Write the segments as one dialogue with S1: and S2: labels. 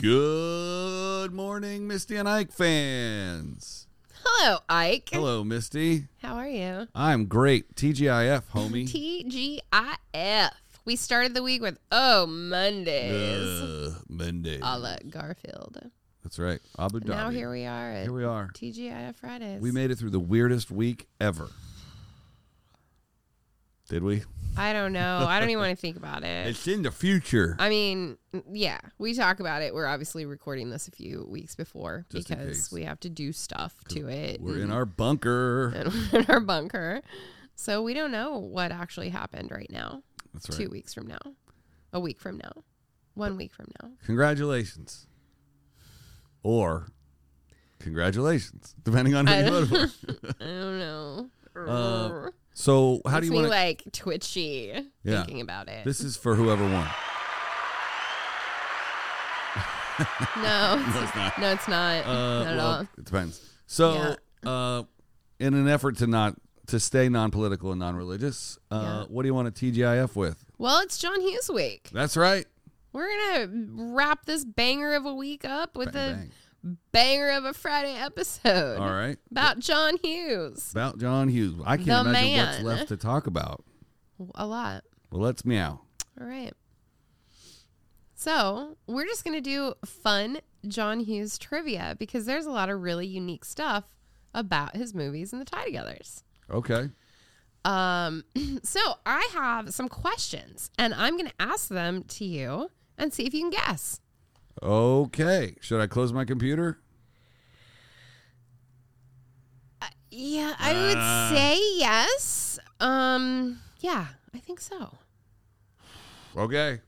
S1: Good morning, Misty and Ike fans.
S2: Hello, Ike.
S1: Hello, Misty.
S2: How are you?
S1: I'm great. TGIF, homie.
S2: TGIF. We started the week with Oh Mondays.
S1: Uh, Monday.
S2: a la Garfield.
S1: That's right. Abu Dhabi.
S2: Now here we are at
S1: Here we are.
S2: TGIF Fridays.
S1: We made it through the weirdest week ever. Did we?
S2: I don't know. I don't even want to think about it.
S1: It's in the future.
S2: I mean, yeah, we talk about it. We're obviously recording this a few weeks before
S1: Just in case.
S2: because we have to do stuff to it.
S1: We're in our bunker.
S2: and we're in our bunker. So we don't know what actually happened right now.
S1: That's right.
S2: Two weeks from now. A week from now. One week from now.
S1: Congratulations. Or congratulations, depending on who
S2: I
S1: you vote for.
S2: I don't know.
S1: Uh, So, how do
S2: Makes
S1: you
S2: me
S1: want to?
S2: like twitchy
S1: Yeah.
S2: thinking about it.
S1: This is for whoever won.
S2: no, it's,
S1: it's not.
S2: no, it's not.
S1: Uh,
S2: not at
S1: well,
S2: all.
S1: It depends. So, uh, in an effort to not to stay non-political and non-religious, uh,
S2: Yeah.
S1: what do you want to TGIF with?
S2: Well, it's John Hughes week.
S1: That's right.
S2: We're gonna wrap this banger of a week up with a
S1: Bang,
S2: banger of a Friday episode
S1: bang. All right.
S2: about John Hughes.
S1: About John Hughes. I can't
S2: The
S1: imagine what's
S2: man.
S1: left to talk about.
S2: A lot.
S1: Well, let's meow.
S2: All right. So we're just gonna do fun John Hughes trivia because there's a lot of really unique stuff about his movies and the Tie Togethers.
S1: Okay.
S2: Um, so I have some questions, and I'm going to ask them to you and see if you can guess.
S1: Okay. Should I close my computer?
S2: Yeah, I would say yes. Um, yeah, I think so.
S1: Okay.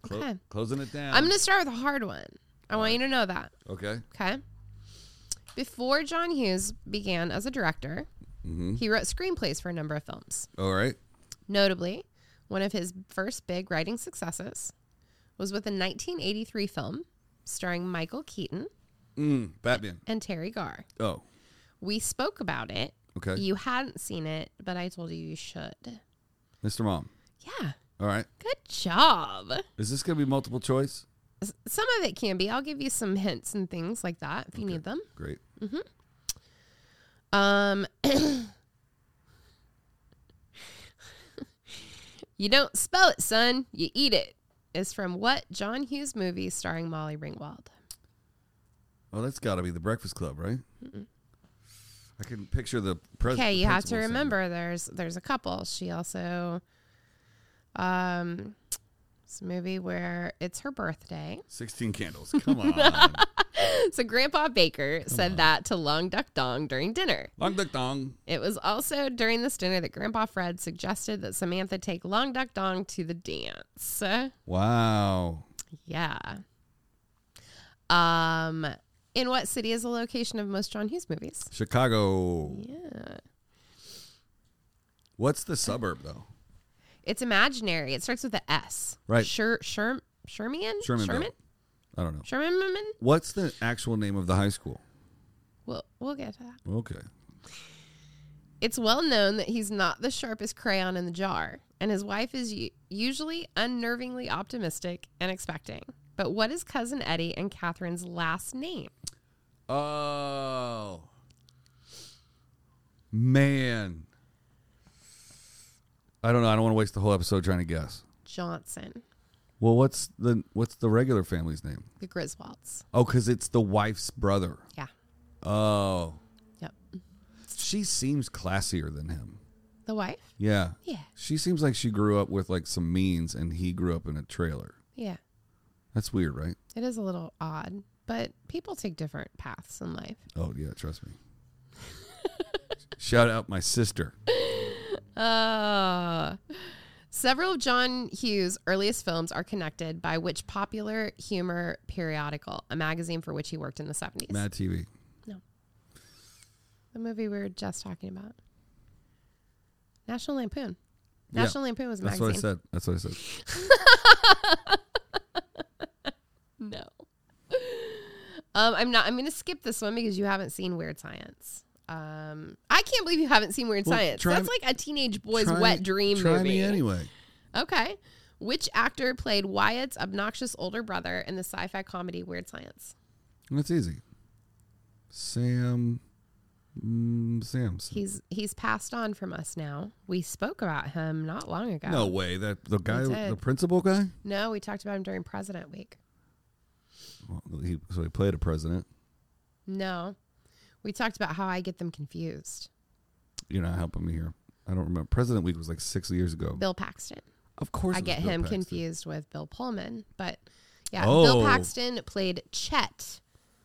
S1: Clo-
S2: Okay.
S1: Closing it down.
S2: I'm going to start with a hard one. I want you to know that.
S1: okay.
S2: Okay. Before John Hughes began as a director,
S1: Mhm.
S2: he wrote screenplays for a number of films.
S1: All right.
S2: Notably, one of his first big writing successes was with a 1983 film starring Michael Keaton
S1: Mm, Batman.
S2: and Terry Garr.
S1: Oh.
S2: We spoke about it.
S1: Okay.
S2: You hadn't seen it, but I told you you should.
S1: Mr. Mom.
S2: Yeah.
S1: All right.
S2: Good job.
S1: Is this going to be multiple choice?
S2: S- Some of it can be. I'll give you some hints and things like that if you need them.
S1: Great.
S2: Um You don't spell it, son. You eat it. Is from what John Hughes movie starring Molly Ringwald?
S1: Oh, that's got to be the Breakfast Club, right? I can picture the president.
S2: Okay, you have to remember there's there's a couple. She also um it's a movie where it's her birthday.
S1: 16 candles. Come on.
S2: So Grandpa Baker said that to Long Duck Dong during dinner.
S1: Long duck dong.
S2: It was also during this dinner that Grandpa Fred suggested that Samantha take Long Duck Dong to the dance.
S1: Wow.
S2: Yeah. Um, in what city is the location of most John Hughes movies?
S1: Chicago.
S2: Yeah.
S1: What's the suburb, though?
S2: It's imaginary. It starts with a S.
S1: Right.
S2: Sher, Sher, Sherman?
S1: Shermanville.
S2: Sherman?
S1: I don't know.
S2: Sherman?
S1: What's the actual name of the high school?
S2: We'll, we'll get to that.
S1: Okay.
S2: It's well known that he's not the sharpest crayon in the jar, and his wife is u- usually unnervingly optimistic and expecting. But what is Cousin Eddie and Catherine's last name?
S1: Oh. Man. I don't know. I don't want to waste the whole episode trying to guess.
S2: Johnson,
S1: Well, what's the what's the regular family's name?
S2: the Griswolds.
S1: Oh, because it's the wife's brother.
S2: Yeah.
S1: Oh.
S2: Yep.
S1: She seems classier than him.
S2: The wife?
S1: Yeah.
S2: Yeah.
S1: She seems like she grew up with like some means and he grew up in a trailer.
S2: Yeah.
S1: That's weird, right?
S2: It is a little odd, but people take different paths in life.
S1: Oh, yeah, trust me. Shout out my sister.
S2: Uh, several of John Hughes' earliest films are connected by which popular humor periodical, a magazine for which he worked in the 70s?
S1: Mad TV.
S2: The movie we were just talking about. National Lampoon.
S1: Yeah,
S2: National Lampoon was a
S1: That's what
S2: magazine.
S1: I said. That's what I said.
S2: No. Um, I'm not. I'm going to skip this one because you haven't seen Weird Science. Um, I can't believe you haven't seen Weird
S1: Well,
S2: Science.
S1: try
S2: That's
S1: me-
S2: like a teenage boy's
S1: Try
S2: wet
S1: me-
S2: dream
S1: try
S2: movie.
S1: me anyway.
S2: Okay. Which actor played Wyatt's obnoxious older brother in the sci fi comedy Weird Science?
S1: That's easy. Sam. Mm, Sam's.
S2: He's he's passed on from us now. We spoke about him not long ago.
S1: No way. That the guy,
S2: did.
S1: the principal guy.
S2: No, we talked about him during President Week.
S1: Well, he, so he played a president.
S2: No. We talked about how I get them confused.
S1: You're not helping me here. I don't remember. President Week was like six years ago.
S2: Bill Paxton.
S1: Of course,
S2: I
S1: it was
S2: get
S1: Bill
S2: him
S1: Paxton.
S2: confused with Bill Pullman, but yeah,
S1: Oh.
S2: Bill Paxton played Chet,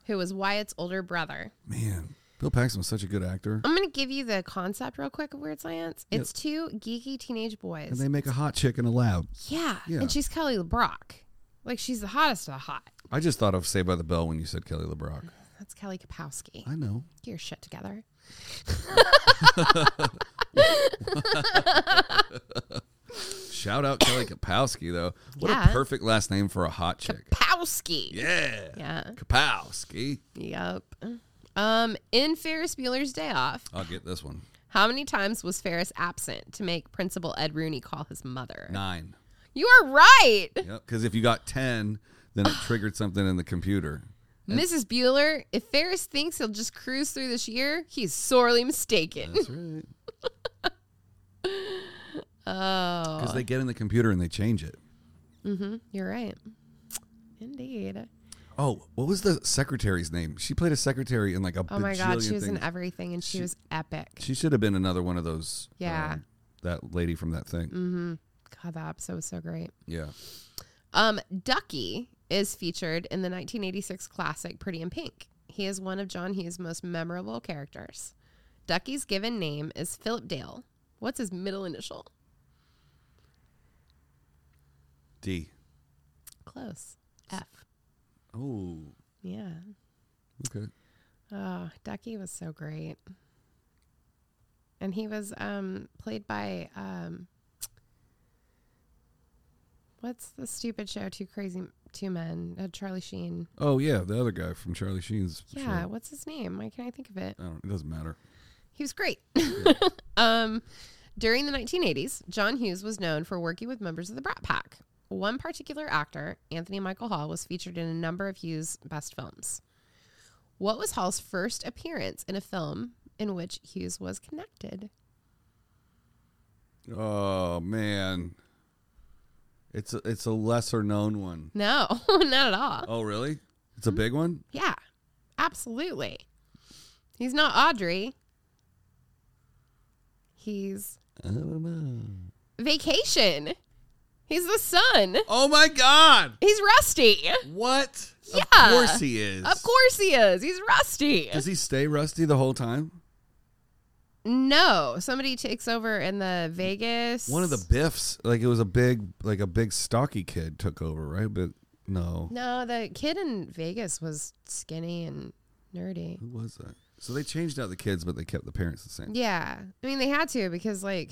S2: who was Wyatt's older brother.
S1: Man, Bill Paxton was such a good actor,
S2: I'm going to give you the concept real quick of Weird Science. It's two geeky teenage boys.
S1: and they make a hot chick in a lab.
S2: yeah.
S1: Yeah.
S2: and she's Kelly LeBrock. Like she's the hottest of the hot.
S1: I just thought of Saved by the Bell when you said Kelly LeBrock.
S2: That's Kelly Kapowski.
S1: I know.
S2: Get your shit together.
S1: Shout out Kelly Kapowski though. What
S2: Yeah.
S1: a perfect last name for a hot chick.
S2: Kapowski.
S1: Yeah.
S2: Yeah.
S1: Kapowski.
S2: Yep. Um, in Ferris Bueller's Day Off,
S1: I'll get this one.
S2: how many times was Ferris absent to make Principal Ed Rooney call his mother?
S1: Nine.
S2: You are right.
S1: Yep. Because if you got ten, then it triggered something in the computer.
S2: Mrs. Bueller, if Ferris thinks he'll just cruise through this year, he's sorely mistaken.
S1: That's right.
S2: Oh,
S1: Because they get in the computer and they change it.
S2: you're right. Indeed.
S1: Oh, what was the secretary's name? She played a secretary in like a
S2: Oh my God, she was
S1: things.
S2: in everything and she, was epic.
S1: She should have been another one of those.
S2: Yeah. Mm.
S1: um, that lady from that thing.
S2: God, that episode was so great.
S1: Yeah.
S2: Um, Ducky is featured in the 1986 classic Pretty in Pink. He is one of John Hughes' most memorable characters. Ducky's given name is Philip Dale. What's his middle initial?
S1: D.
S2: Close. F.
S1: Oh.
S2: Yeah.
S1: Okay.
S2: Oh, Ducky was so great. And he was um, played by um, what's the stupid show? Two crazy two men. Uh, Charlie Sheen.
S1: Oh yeah, the other guy from Charlie Sheen's. show.
S2: Yeah. What's his name? Why can't I think of it?
S1: I don't, it doesn't matter.
S2: He was great. um, during the 1980s, John Hughes was known for working with members of the Brat Pack. One particular actor, Anthony Michael Hall, was featured in a number of Hughes' best films. What was Hall's first appearance in a film in which Hughes was connected?
S1: Oh man. It's a, it's a lesser known one.
S2: No, not at all.
S1: Oh really? It's
S2: Mm-hmm.
S1: a big one.
S2: Yeah, absolutely. He's not Audrey. He's
S1: I don't know.
S2: Vacation. He's the son.
S1: Oh my God!
S2: He's Rusty.
S1: What? Of
S2: Yeah.
S1: course he is.
S2: Of course he is. He's rusty.
S1: Does he stay rusty the whole time?
S2: No, somebody takes over in the Vegas.
S1: One of the Biffs, like it was a big, like a big stocky kid took over, right? But no,
S2: No, the kid in Vegas was skinny and nerdy.
S1: who was that? So they changed out the kids, but they kept the parents the same.
S2: Yeah. I mean, they had to because, like,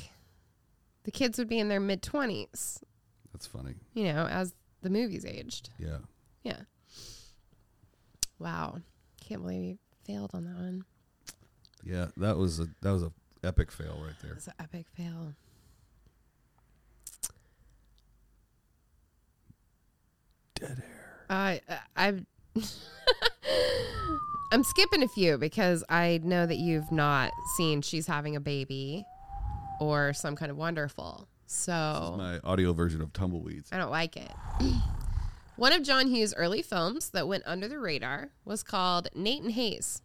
S2: the kids would be in their mid 20s,
S1: That's funny.
S2: you know, as the movies aged.
S1: Yeah.
S2: Yeah. Wow. Can't believe you failed on that one.
S1: Yeah, that was a that was a epic fail right there.
S2: It's an epic fail. Dead air. Uh, I, I'm, I'm skipping a few because I know that you've not seen She's Having a Baby or Some Kind of Wonderful. So
S1: My audio version of Tumbleweeds.
S2: I don't like it. One of John Hughes' early films that went under the radar was called Nate and Hayes.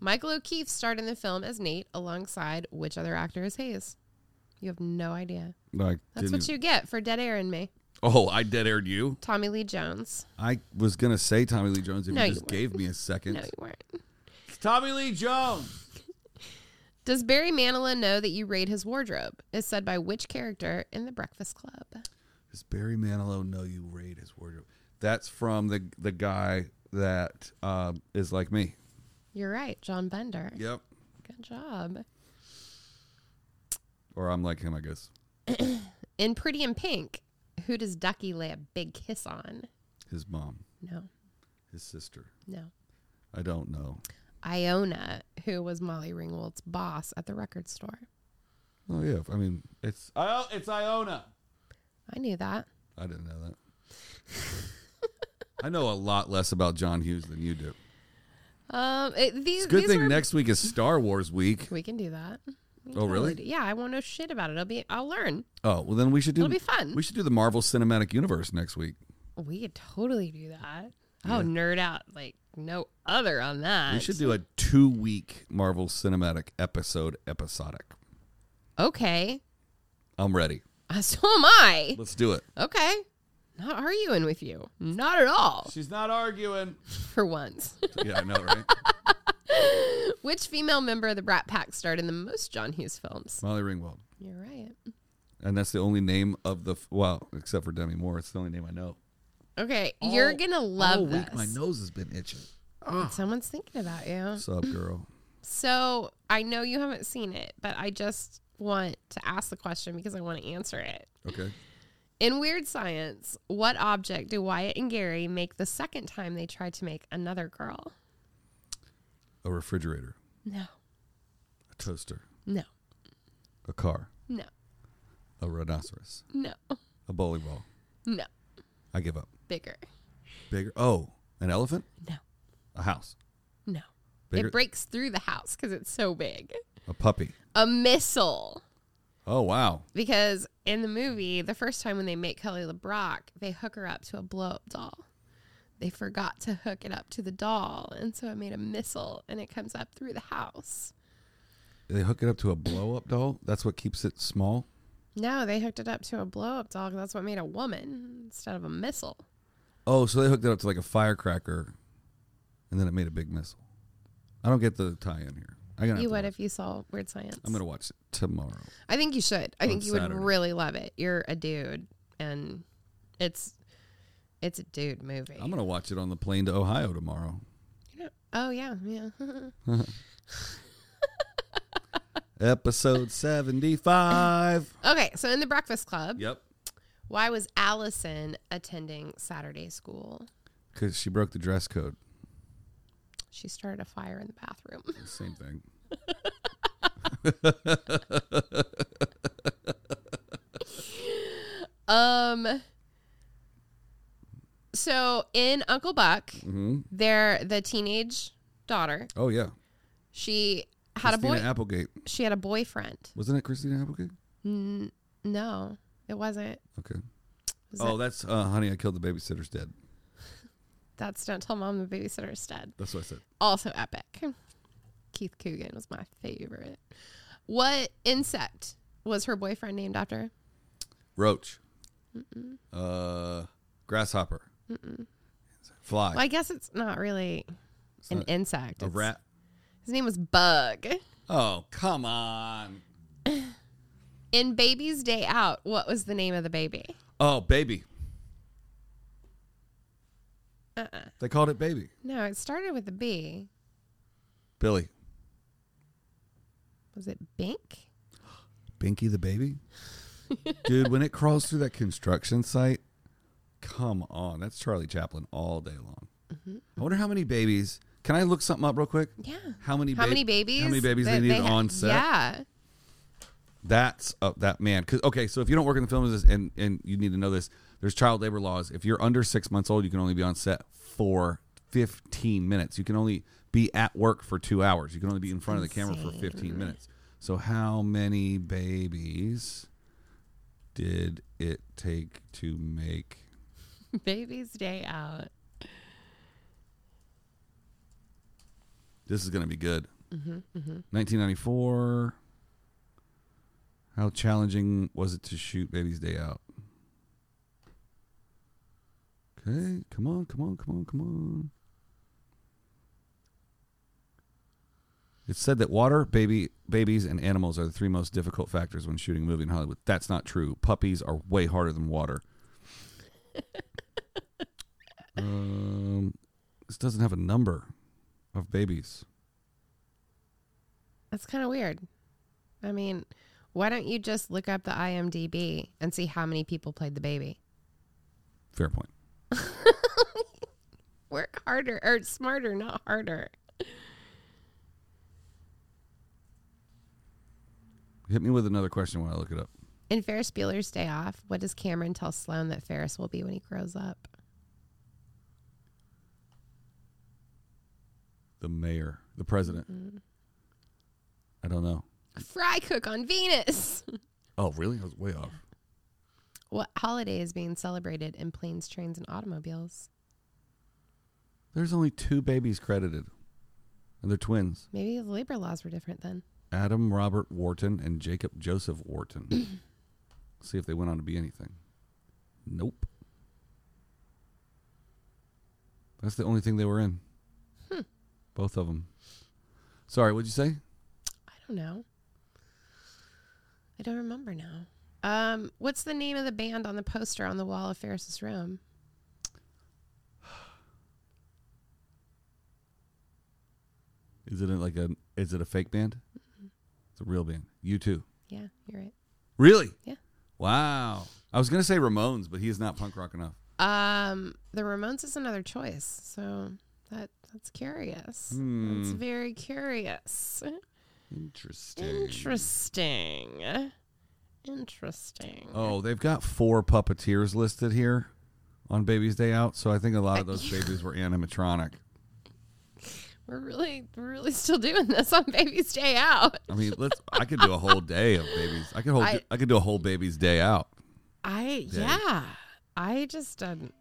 S2: Michael O'Keefe starred in the film as Nate alongside which other actor is Hayes? You have no idea.
S1: No, I
S2: That's
S1: didn't
S2: what you get for Dead Air and Me.
S1: Oh, I dead aired you.
S2: Tommy Lee Jones.
S1: I was gonna say Tommy Lee Jones if
S2: No,
S1: you
S2: you
S1: just
S2: weren't.
S1: gave me a second.
S2: No, you weren't.
S1: Tommy Lee Jones.
S2: Does Barry Manilow know that you raid his wardrobe? Is said by which character in The Breakfast Club?
S1: Does Barry Manilow know you raid his wardrobe? That's from the the guy that um, is like me.
S2: You're right, John Bender.
S1: Yep.
S2: Good job.
S1: Or I'm like him, I guess.
S2: In Pretty in Pink, who does Ducky lay a big kiss on?
S1: His mom,
S2: No,
S1: his sister.
S2: no.
S1: I don't know.
S2: Iona, who was Molly Ringwald's boss at the record store.
S1: Oh yeah, I mean it's. I, it's Iona.
S2: I knew that.
S1: I didn't know that. I know a lot less about John Hughes than you do.
S2: Um, it, these.
S1: It's a good
S2: these
S1: thing
S2: were-
S1: next week is Star Wars week.
S2: We can do that. We can
S1: Oh, really?
S2: totally do- Yeah, I won't know shit about it. I'll be. I'll learn.
S1: Oh well, then we should do.
S2: It'll be fun.
S1: We should do the Marvel Cinematic Universe next week.
S2: We could totally do that. Oh, nerd out like no other on that.
S1: We should do a two-week Marvel Cinematic episode episodic.
S2: Okay,
S1: I'm ready.
S2: Uh, so am I.
S1: Let's do it.
S2: Okay, not arguing with you. Not at all.
S1: She's not arguing.
S2: For once,
S1: Yeah, I know, right?
S2: which female member of the Brat Pack starred in the most John Hughes films?
S1: Molly Ringwald,
S2: You're right.
S1: and that's the only name of the. f- Well, except for Demi Moore, it's the only name I know.
S2: Okay, you're gonna love
S1: all
S2: this.
S1: week. My nose has been itching.
S2: Someone's thinking about you.
S1: What's up, girl?
S2: So I know you haven't seen it, but I just want to ask the question because I want to answer it.
S1: Okay.
S2: In Weird Science, what object do Wyatt and Gary make the second time they try to make another girl?
S1: A refrigerator,
S2: No,
S1: a toaster,
S2: no,
S1: a car,
S2: no,
S1: a rhinoceros,
S2: no,
S1: a bowling ball.
S2: no.
S1: I give up.
S2: Bigger.
S1: Bigger. Oh, an elephant,
S2: No,
S1: a house,
S2: no.
S1: Bigger-
S2: It breaks through the house because it's so big.
S1: a puppy.
S2: A missile.
S1: Oh wow.
S2: Because in the movie, the first time when they make Kelly LeBrock, they hook her up to a blow up doll. They forgot to hook it up to the doll, and so I made a missile, and it comes up through the house.
S1: They hook it up to a blow up doll. That's what keeps it small.
S2: No, they hooked it up to a blow up doll. 'cause That's what made a woman instead of a missile.
S1: Oh, so they hooked it up to like a firecracker, and then it made a big missile. I don't get the tie in here. I gotta. have to
S2: You would
S1: watch-
S2: if you saw Weird Science.
S1: I'm gonna watch it tomorrow.
S2: I think you should. I
S1: on
S2: think you would
S1: Saturday.
S2: really love it. You're a dude, and it's it's a dude movie.
S1: I'm gonna watch it on the plane to Ohio tomorrow.
S2: You're not- oh yeah, yeah.
S1: Episode 75.
S2: okay, so in the Breakfast Club,
S1: Yep.
S2: Why was Allison attending Saturday school?
S1: Because she broke the dress code.
S2: She started a fire in the bathroom.
S1: Same thing.
S2: Um so in Uncle Buck,
S1: hmm
S2: there the teenage daughter,
S1: Oh, yeah.
S2: she had a
S1: Christina
S2: boy
S1: Applegate.
S2: she had a boyfriend.
S1: Wasn't it Christina Applegate?
S2: N- no, it wasn't.
S1: Okay.
S2: Was
S1: oh,
S2: it-
S1: that's uh, Honey, I Killed the Babysitter's Dead.
S2: that's don't tell mom the babysitter is dead.
S1: That's what I said.
S2: Also epic. Keith Coogan was my favorite. What insect was her boyfriend named after?
S1: Roach. Uh, grasshopper. Fly.
S2: Well, I guess it's not really
S1: It's
S2: an
S1: not-
S2: insect.
S1: a
S2: It's-
S1: rat.
S2: His name was Bug.
S1: Oh, come on.
S2: In Baby's Day Out, what was the name of the baby?
S1: Oh, baby.
S2: Uh-uh.
S1: They called it baby.
S2: No, it started with a B.
S1: Billy.
S2: Was it Bink?
S1: Binky the baby? Dude, when it crawls through that construction site, come on. That's Charlie Chaplin all day long. I wonder how many babies. Can I look something up real quick?
S2: Mm-hmm. Yeah.
S1: How many
S2: How
S1: bab-
S2: many babies?
S1: How many babies
S2: that
S1: they need
S2: ha-
S1: on set?
S2: Yeah.
S1: That's uh, that man. 'Cause- okay, so if you don't work in the film business and and you need to know this, there's child labor laws. If you're under six months old, you can only be on set for 15 minutes. You can only be at work for two hours. You can only be in front of the camera for 15 minutes. So how many babies did it take to make?
S2: Baby's Day Out.
S1: This is going to be good. 1994. How challenging was it to shoot Baby's Day Out? Okay, come on, come on, come on, come on. It said that water, baby, babies, and animals are the three most difficult factors when shooting a movie in Hollywood. That's not true. Puppies are way harder than water. um, this doesn't have a number of babies.
S2: That's kind of weird. I mean, why don't you just look up the IMDb and see how many people played the baby?
S1: Fair point.
S2: Work harder or smarter, not harder.
S1: Hit me with another question while I look it up.
S2: In Ferris Bueller's Day Off, what does Cameron tell Sloan that Ferris will be when he grows up?
S1: The mayor, the president. I don't know.
S2: A fry cook on Venus.
S1: Oh, really? I was way off.
S2: what holiday is being celebrated in planes, trains, and automobiles?
S1: There's only two babies credited, and they're twins
S2: Maybe the labor laws were different then.
S1: Adam Robert Wharton and Jacob Joseph Wharton. See if they went on to be anything. Nope. That's the only thing they were in. Both of them. Sorry, what'd you say?
S2: I don't know. I don't remember now. Um, what's the name of the band on the poster on the wall of Ferris's room?
S1: Is it a- like a is it a fake band? It's a real band. You too.
S2: Yeah, you're right.
S1: Really?
S2: Yeah.
S1: Wow. I was gonna say Ramones, but he is not punk rock enough.
S2: Um, the Ramones is another choice, so that that's curious. That's very curious.
S1: Interesting.
S2: Interesting. Interesting.
S1: Oh, they've got four puppeteers listed here on Baby's Day Out, so I think a lot of those babies were animatronic.
S2: We're really, we're really still doing this on Baby's Day Out.
S1: I mean, let's. I could do a whole day of babies. I could hold. I,
S2: I-
S1: could do a whole Baby's Day Out.
S2: I yeah. I just um,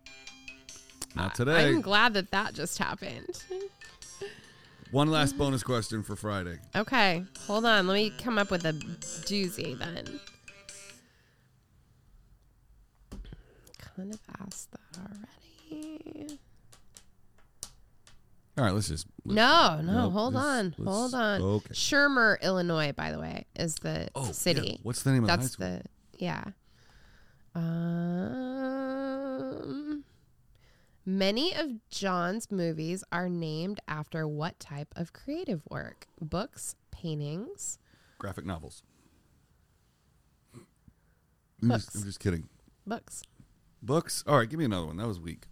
S1: Not today.
S2: I'm glad that that just happened.
S1: One last bonus question for Friday.
S2: Okay, hold on. Let me come up with a doozy then. Kind of asked that already.
S1: All right, let's just.
S2: No, no,
S1: no,
S2: hold
S1: let's-
S2: on,
S1: let's-
S2: hold on.
S1: okay.
S2: Shermer, Illinois, by the way, is the
S1: Oh, yeah.
S2: city.
S1: What's the name of the high
S2: That's
S1: school?
S2: the yeah. Um, many of John's movies are named after what type of creative work? Books, paintings.
S1: graphic novels. I'm just,
S2: Books.
S1: I'm just kidding.
S2: Books.
S1: Books. All right, give me another one. That was weak.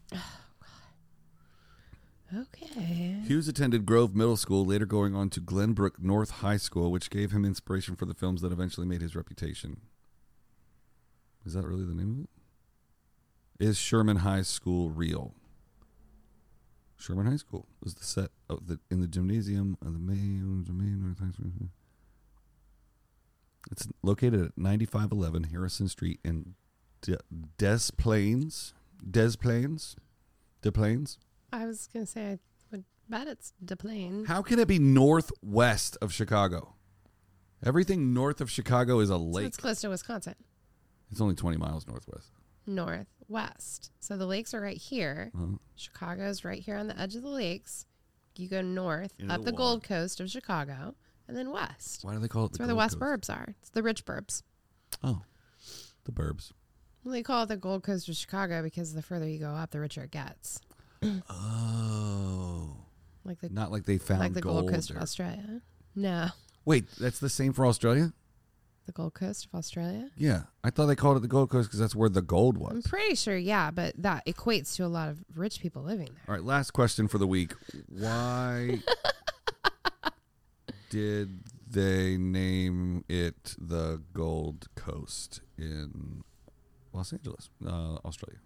S2: Okay.
S1: Hughes attended Grove Middle School, later going on to Glenbrook North High School, which gave him inspiration for the films that eventually made his reputation. Is that really the name of it? Is Sherman High School real? Sherman High School was the set of the in the gymnasium of the main, main North High School. It's located at 9511 Harrison Street in De- Des Plaines. Des Plaines? Des Plaines?
S2: I was gonna say I would bet it's Deplane.
S1: How can it be northwest of Chicago? Everything north of Chicago is a
S2: So
S1: lake.
S2: it's close to Wisconsin.
S1: It's only 20 miles northwest.
S2: Northwest. So the lakes are right here.
S1: Uh-huh.
S2: Chicago's right here on the edge of the lakes. You go north
S1: Into
S2: up
S1: the
S2: the
S1: water.
S2: Gold Coast of Chicago, and then west.
S1: Why do they call it
S2: It's
S1: the
S2: where the
S1: Gold
S2: West
S1: Coast?
S2: Burbs are. It's the rich Burbs.
S1: Oh, the burbs.
S2: Well, They call it the Gold Coast of Chicago because the further you go up, the richer it gets.
S1: Oh,
S2: Like the
S1: not like they found
S2: like the Gold,
S1: gold.
S2: Coast of
S1: there.
S2: Australia. No,
S1: Wait, that's the same for Australia?
S2: the Gold Coast of Australia.
S1: Yeah, I thought they called it the Gold Coast because that's where the gold was.
S2: I'm pretty sure, yeah, but that equates to a lot of rich people living there.
S1: All right, last question for the week. Why did they name it the Gold Coast in Los Angeles, uh, Australia?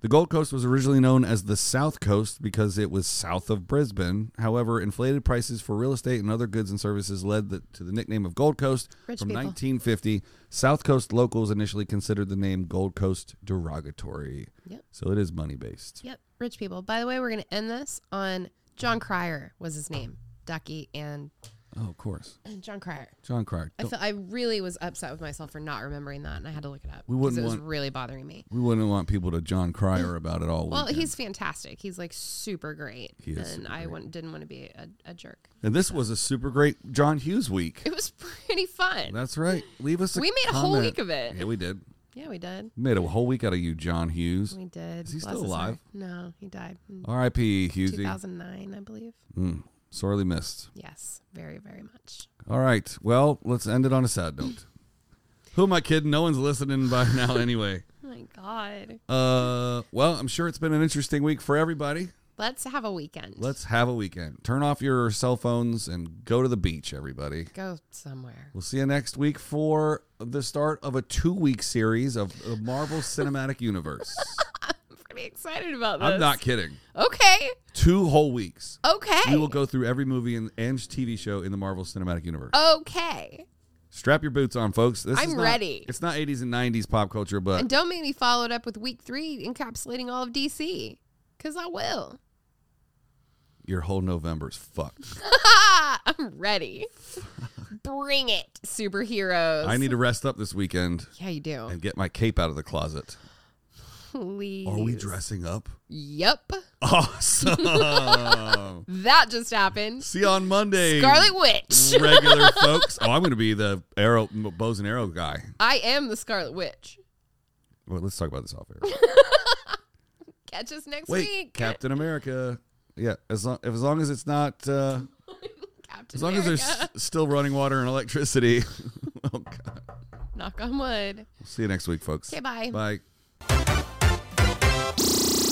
S1: The Gold Coast was originally known as the South Coast because it was south of Brisbane. However, inflated prices for real estate and other goods and services led the, to the nickname of Gold Coast.
S2: Rich
S1: From
S2: people.
S1: 1950, South Coast locals initially considered the name Gold Coast derogatory.
S2: Yep.
S1: So it is money based.
S2: Yep, rich people. By the way, we're gonna end this on John Cryer was his name, Ducky and
S1: Oh, of course.
S2: John Cryer.
S1: John Cryer.
S2: I,
S1: Don't-
S2: feel, I really was upset with myself for not remembering that, and I had to look it up.
S1: We
S2: 'cause
S1: wouldn't
S2: it was
S1: want-
S2: really bothering me.
S1: we wouldn't want people to John Cryer about it all.
S2: Well,
S1: weekend.
S2: he's fantastic. He's like super great,
S1: He is
S2: and
S1: super
S2: I want, didn't want to be a, a jerk.
S1: And this was a super great John Hughes week.
S2: It was pretty fun.
S1: That's right. Leave us a
S2: we made a whole
S1: comment.
S2: week of it.
S1: Yeah, we did.
S2: Yeah, we did.
S1: We made a whole week out of you, John Hughes.
S2: We did.
S1: Is he
S2: Bless
S1: still
S2: his heart.
S1: alive?
S2: No, he died in
S1: R.I.P. Hughesy.
S2: 2009, I believe.
S1: Mm, sorely missed.
S2: Yes, very, very much.
S1: All right. Well, let's end it on a sad note. Who am I kidding? No one's listening by now anyway.
S2: Oh my God.
S1: Uh, well, I'm sure it's been an interesting week for everybody.
S2: Let's have a weekend.
S1: Let's have a weekend. Turn off your cell phones and go to the beach, everybody.
S2: go somewhere.
S1: We'll see you next week for the start of a two week series of the Marvel Cinematic Universe.
S2: I'm pretty excited about this.
S1: I'm not kidding.
S2: Okay.
S1: Two whole weeks.
S2: Okay.
S1: We will go through every movie and, and TV show in the Marvel Cinematic Universe.
S2: okay.
S1: Strap your boots on, folks. This
S2: I'm
S1: is not-
S2: ready.
S1: It's not 80s and 90s pop culture, but
S2: And don't make me follow it up with week three encapsulating all of DC, because I will.
S1: your whole November's fucked.
S2: I'm ready. Bring it, superheroes.
S1: I need to rest up this weekend
S2: Yeah, you do.
S1: and get my cape out of the closet.
S2: Please.
S1: Are we dressing up?
S2: Yep.
S1: Awesome.
S2: That just happened.
S1: see you on Monday.
S2: Scarlet Witch.
S1: regular folks. Oh, I'm going to be the arrow bows and arrow guy.
S2: I am the Scarlet Witch.
S1: Well, let's talk about this off air.
S2: Catch us next
S1: Wait,
S2: week.
S1: Captain America. Yeah, as long, as long as it's not, uh,
S2: Captain
S1: as long
S2: America.
S1: as there's s- still running water and electricity. oh God.
S2: Knock on wood.
S1: See you next week, folks.
S2: Okay, bye.
S1: Bye.